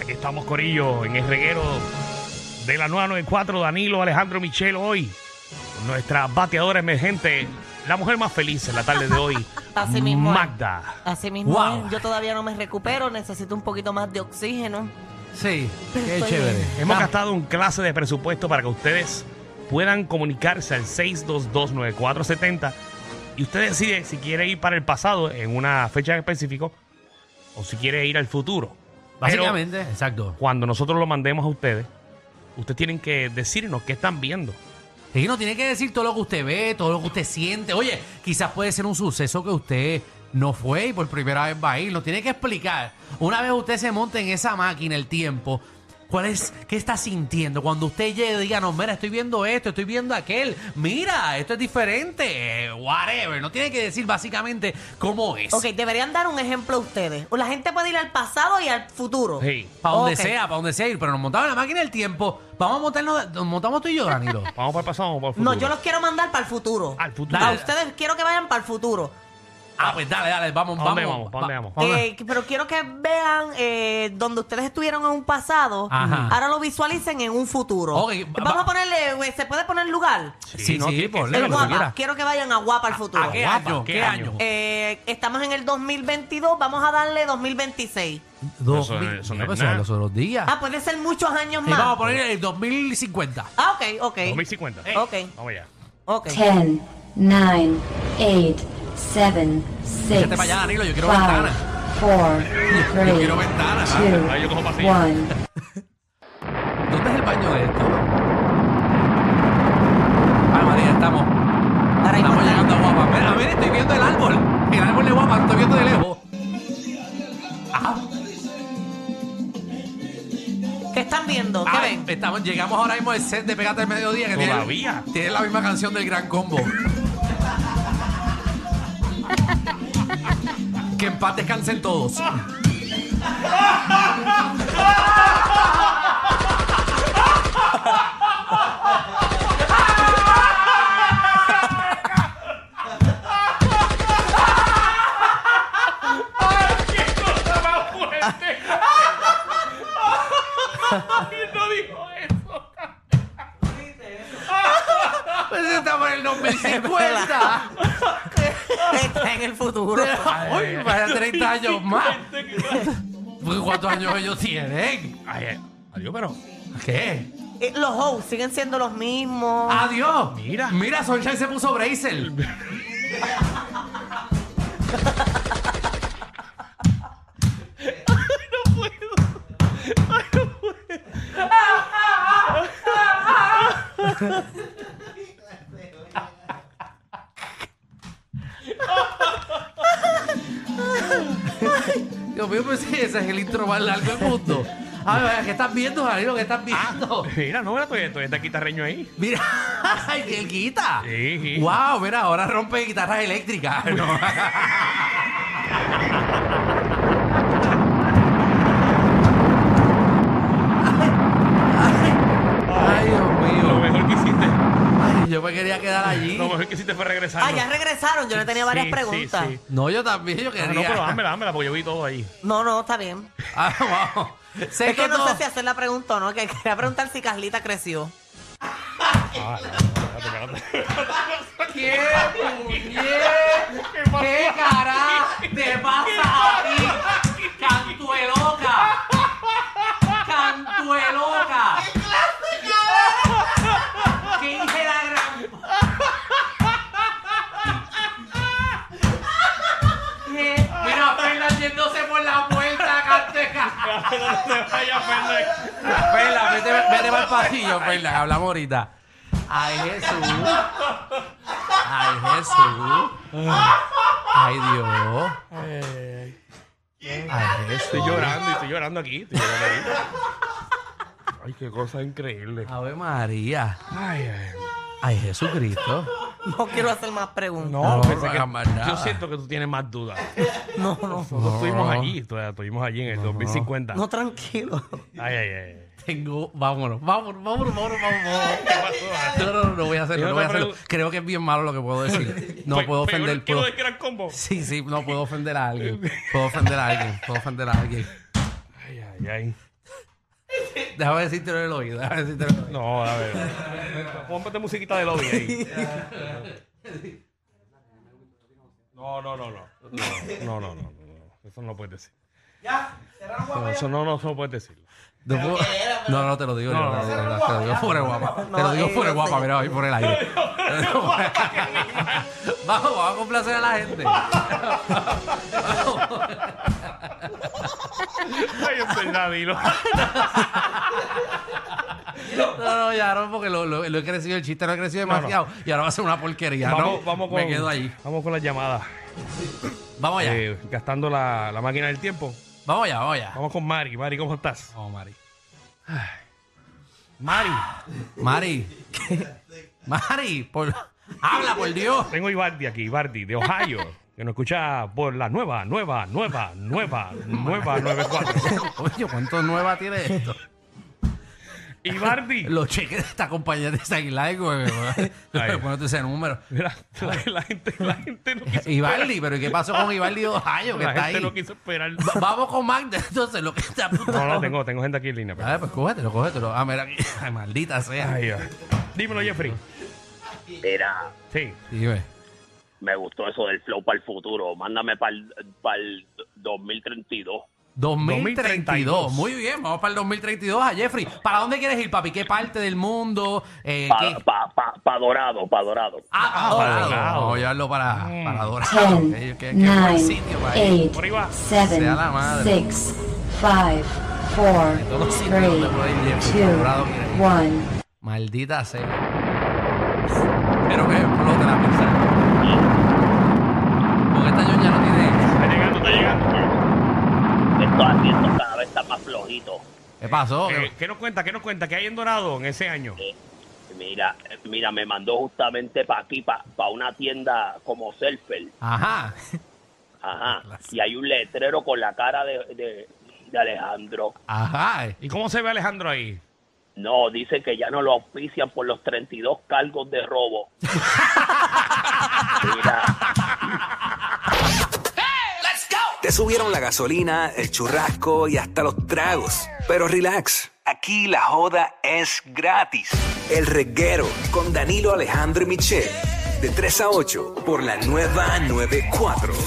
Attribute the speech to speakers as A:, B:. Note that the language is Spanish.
A: aquí estamos Corillo en el reguero de la 994, Danilo Alejandro Michel hoy. con Nuestra bateadora emergente, la mujer más feliz en la tarde de hoy,
B: Así mismo es.
A: Magda.
B: Así mismo,
C: Wow.
B: es. yo todavía no me recupero, necesito un poquito más de oxígeno.
C: Sí,
B: Pero
C: qué
B: estoy
C: chévere.
B: bien.
A: Hemos
C: Vamos.
A: gastado un clase de presupuesto para que ustedes puedan comunicarse al 6229470 y usted decide si quiere ir para el pasado en una fecha en específico o si quiere ir al futuro. Pero
C: Básicamente, exacto.
A: cuando nosotros lo mandemos a ustedes, ustedes tienen que decirnos qué están viendo.
C: Y no tiene que decir todo lo que usted ve, todo lo que usted siente. Oye, quizás puede ser un suceso que usted no fue y por primera vez va a ir. Lo tiene que explicar. Una vez usted se monte en esa máquina, el tiempo, ¿cuál es, qué está sintiendo? Cuando usted llegue, díganos, mira, estoy viendo esto, estoy viendo aquel. Mira, esto es diferente. eh, Whatever. No tiene que decir básicamente cómo es.
B: Ok, deberían dar un ejemplo a ustedes. La gente puede ir al pasado y al futuro.
A: Sí.
C: Para donde
B: Ok.
C: sea, para donde sea ir. Pero nos montamos en la máquina del tiempo. Vamos a montarnos, nos montamos tú y yo, Danilo.
A: Vamos para el pasado o para el futuro.
B: No, yo los quiero mandar para el futuro.
A: Al futuro.
B: A
C: Dale.
B: ustedes quiero que vayan para el futuro.
C: Ah, pues dale, dale, vamos,
A: ¿Pa'
C: vamos.
A: dónde vamos? ¿Pa' dónde
C: va-
A: vamos?
C: vamos.
B: Eh, pero quiero que vean eh, donde ustedes estuvieron en un pasado,
C: Ajá.
B: ahora lo visualicen en un futuro.
C: Ok, va-
B: Vamos
C: va-
B: a ponerle, eh, ¿se puede poner lugar?
A: Sí,
C: sí,
A: no,
C: sí,
A: tiene que
C: ponle
A: ser
B: En
C: lo que
B: Guapa.
C: quiera.
B: Quiero que vayan a Guapa al futuro.
C: ¿A qué
A: Guapa,
C: año?
A: ¿qué
C: ¿Qué,
A: año?
C: año?
B: Eh, estamos en el 2022, vamos a darle 2026.
C: Dos
A: Eso no-
C: mil-
A: eso no
C: Mira,
A: es
C: pues,
A: nada.
C: son los otros días.
B: Ah, puede ser muchos años
C: y vamos a
B: más.
C: poner el 2050.
B: Ah, ok, ok.
A: 2050.
B: Ok,
A: Vamos allá.
B: ok.
D: 10, 9, 8, 7, 6,
C: Échate para allá, Danilo, yo quiero
D: 5,
C: ventana.
D: 4,
C: Yo quiero
D: 3,
C: ventana.
A: Ahí yo cojo
D: 2,
A: pasillo.
D: 1.
C: ¿Dónde es el baño de esto? Ay, María, estamos.
B: Ahora mismo
C: Estamos
B: está-
C: llegando a Guapa. Mira, mira, estoy viendo el árbol. El árbol de Guapa, lo estoy viendo de lejos. Ah,
B: ¿Qué están viendo? ¿Qué
C: ah,
B: ven?
C: estamos, llegamos ahora mismo al set de Pegate al Mediodía. Que tiene-
A: Todavía.
C: Tiene, la misma canción del Gran Combo. que en paz descansen todos.
A: no dijo eso.
C: Pues está por el 2050.
B: está Este, en el futuro.
C: Uy, para 30 años más. Uy, ¿Cuántos años ellos tienen?
A: Ay, ay, adiós, pero.
C: ¿Qué?
B: Eh, Los hosts siguen siendo los mismos.
C: Ah, Adiós.
A: Mira.
C: Mira, Sunshine se puso Brazel. Dios mío, pues sí, ese es el intro más largo del mundo. A ver, ¿qué estás viendo, Danilo? ¿Qué estás viendo?
A: Mira, no, mira, todavía, todavía está guitarreño ahí.
C: Mira, ay, que el guita.
A: Sí, sí.
C: Wow, mira, ahora rompe guitarras eléctricas. No. Ay, Dios
A: Lo
C: mío.
A: mejor que hiciste,
C: Ay, yo me quería quedar allí.
A: lo mejor que hiciste fue regresar.
B: Ah, ya regresaron. Yo le tenía varias
A: Sí, sí,
B: preguntas.
A: sí.
C: No, yo también, yo quería.
A: no, pero dámela, dámela, porque yo vi todo ahí.
B: No, no, está bien.
C: Ah, wow. Sé
B: Es que no
C: todo-
B: sé si hacer la pregunta o no. Que quería preguntar si Carlita creció.
A: Ah, no, espérate, espérate.
C: ¿Qué puñet? ¿Qué carajo te pasa a ti? ¡Cantueloca! ¡Cantueloca! ¡Qué clase ¡Qué hija de la gran... ¿Qué? Mira, Fernández yéndose por la puerta, canteca.
A: No te vayas, Fernández.
C: Fernández, vete, vete para el pasillo, Fernández, hablamos ahorita. Ay, Jesús. Ay, Jesús. Ay, Dios. Ay,
A: Estoy
C: Jesús.
A: llorando, y estoy llorando aquí. Estoy llorando aquí. Ay, qué cosa increíble.
C: Ave María.
A: Ay, ay.
C: Ay, Jesucristo.
B: No quiero hacer más preguntas.
A: No,
C: No,
A: pensé
C: no
A: que-
C: hagas más nada.
A: yo siento que tú tienes más dudas.
B: No, no.
A: Nosotros
C: No,
A: estuvimos
C: no.
A: allí, todavía estuvimos allí en el 2050.
B: No, tranquilo.
A: Ay, ay, ay.
C: Tengo. Vámonos, vámonos, vámonos, vámonos, vámonos.
A: ¿Qué pasó?
C: No, no, no, no voy a hacerlo,
A: Yo
C: no voy a
A: te
C: hacerlo.
A: pregun-
C: Creo que es bien malo lo que puedo decir. No
A: Pe-
C: puedo
A: peor
C: ofender.
A: que lo
C: puedo-
A: del Gran Combo.
C: Sí, sí, no puedo ofender a alguien. Puedo ofender a alguien. Puedo ofender a alguien.
A: Ay, ay, ay.
C: Déjame decirte en el oído. Déjame decirte en el oído.
A: No, a ver. Póngate musiquita de lobby ahí. No, no, no, no. No, no, no. no, no. Eso no puedes decir. Ya, no, eso no, no, eso no puedes decirlo.
C: No, puedo- no, no, te lo digo. yo, No, no, no, no, te lo digo fuera de guapa. Te lo digo
B: eh,
C: fuera de
B: no
C: guapa.
B: sé.
C: Mira, voy por el aire. vamos, vamos a complacer a la gente.
A: Ay, es verdad, dilo.
C: No, no, ya no, porque lo, lo- lo he crecido, el chiste no ha crecido
A: No, no.
C: demasiado. Y ahora va a ser una porquería.
A: Vamos,
C: no,
A: vamos con,
C: Me quedo ahí.
A: Vamos con las llamadas.
C: Vamos allá.
A: Eh, gastando la, la máquina del tiempo.
C: Vamos allá, vamos allá.
A: Vamos con Mari. Mari, ¿cómo estás?
C: Vamos, Mari.
A: Mari,
C: Mari. Mari, por... habla, por Dios.
A: tengo a Ibardi aquí, Ibardi, de Ohio, que nos escucha por la nueva, nueva, nueva, nueva, nueva 94.
C: Oye, ¿cuánto nueva tiene esto?
A: Ibardi.
C: Los cheques de esta compañía de Saguilay, güey.
A: Ay.
C: Ponete ese número.
A: Mira, la, la gente, la gente no quiso,
C: Ivaldi, pero ¿y qué pasó con Ivaldi de Ohio que
A: la
C: está
A: gente
C: ahí?
A: no quiso esperar.
C: Va- Vamos con Magda, entonces, lo que está
A: No, no, tengo, tengo gente aquí en línea. pero-
C: A ver, pues cógetelo, cógetelo. Ah, mira, aquí. Ay, maldita sea.
A: Ay, Dios. Dímelo, Jeffrey.
E: Mira,
A: Sí.
C: Dime.
E: me gustó eso del flow para el futuro. Mándame para el 2032.
C: 2032.
A: 2032.
C: Muy bien, vamos para el 2032 a Ah, Jeffrey. ¿Para dónde quieres ir, papi? ¿Qué parte del mundo? Eh, ¿qué-
E: Para Dorado, para Dorado.
C: Ah, ah,
A: para
C: Dorado.
A: Dorado.
C: Vamos a llevarlo para,
A: Mm.
C: para Dorado.
D: Ten,
C: Que- que- que buen
D: nine,
C: sitio para ir.
D: eight,
A: Por ahí va.
D: seven,
C: Sea la madre.
D: six, five, four,
C: todos los sitios
D: three,
C: donde puede ir Jeffrey,
D: two,
C: Colorado, mira.
D: one.
C: Maldita sea. Pero que explote la pizza. Porque esta ñoña no tiene.
A: Está llegando, está llegando.
E: Estos asientos cada vez están más flojitos.
C: ¿Qué pasó?
A: Eh, ¿Qué nos cuenta? ¿Qué nos cuenta? ¿Qué hay en Dorado en ese año?
E: Eh, Mira, eh, mira, me mandó justamente para aquí, para una tienda como Selfer.
C: Ajá.
E: Ajá. Y hay un letrero con la cara de, de- de Alejandro.
C: Ajá.
A: ¿Y cómo se ve Alejandro ahí?
E: No, dice que ya no lo auspician por los 32 cargos de robo. Mira.
F: Te subieron la gasolina, el churrasco y hasta los tragos. Pero relax, aquí la joda es gratis. El reguero con Danilo Alejandro y Michel. De 3 a 8 por la nueva 94.